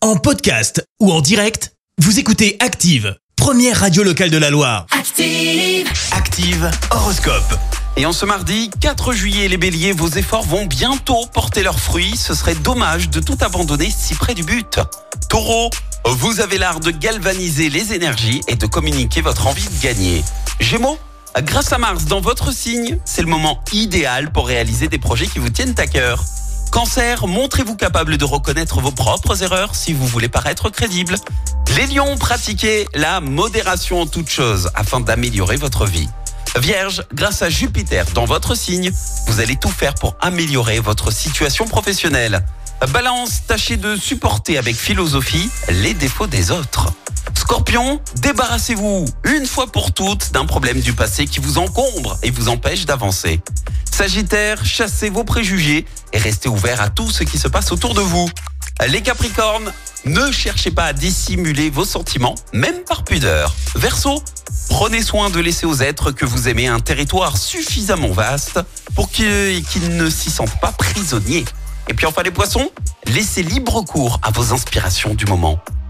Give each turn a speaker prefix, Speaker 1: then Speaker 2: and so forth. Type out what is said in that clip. Speaker 1: En podcast ou en direct, vous écoutez Active, première radio locale de la Loire.
Speaker 2: Active.
Speaker 3: Active Horoscope. Et en ce mardi 4 juillet, les béliers, vos efforts vont bientôt porter leurs fruits. Ce serait dommage de tout abandonner si près du but. Taureau, vous avez l'art de galvaniser les énergies et de communiquer votre envie de gagner. Gémeaux, grâce à Mars dans votre signe, c'est le moment idéal pour réaliser des projets qui vous tiennent à cœur. Cancer, montrez-vous capable de reconnaître vos propres erreurs si vous voulez paraître crédible. Les lions, pratiquez la modération en toutes choses afin d'améliorer votre vie. Vierge, grâce à Jupiter dans votre signe, vous allez tout faire pour améliorer votre situation professionnelle. Balance, tâchez de supporter avec philosophie les défauts des autres. Scorpion, débarrassez-vous une fois pour toutes d'un problème du passé qui vous encombre et vous empêche d'avancer. Sagittaire, chassez vos préjugés et restez ouvert à tout ce qui se passe autour de vous. Les Capricornes, ne cherchez pas à dissimuler vos sentiments, même par pudeur. Verseau, prenez soin de laisser aux êtres que vous aimez un territoire suffisamment vaste pour que- qu'ils ne s'y sentent pas prisonniers. Et puis enfin les poissons, laissez libre cours à vos inspirations du moment.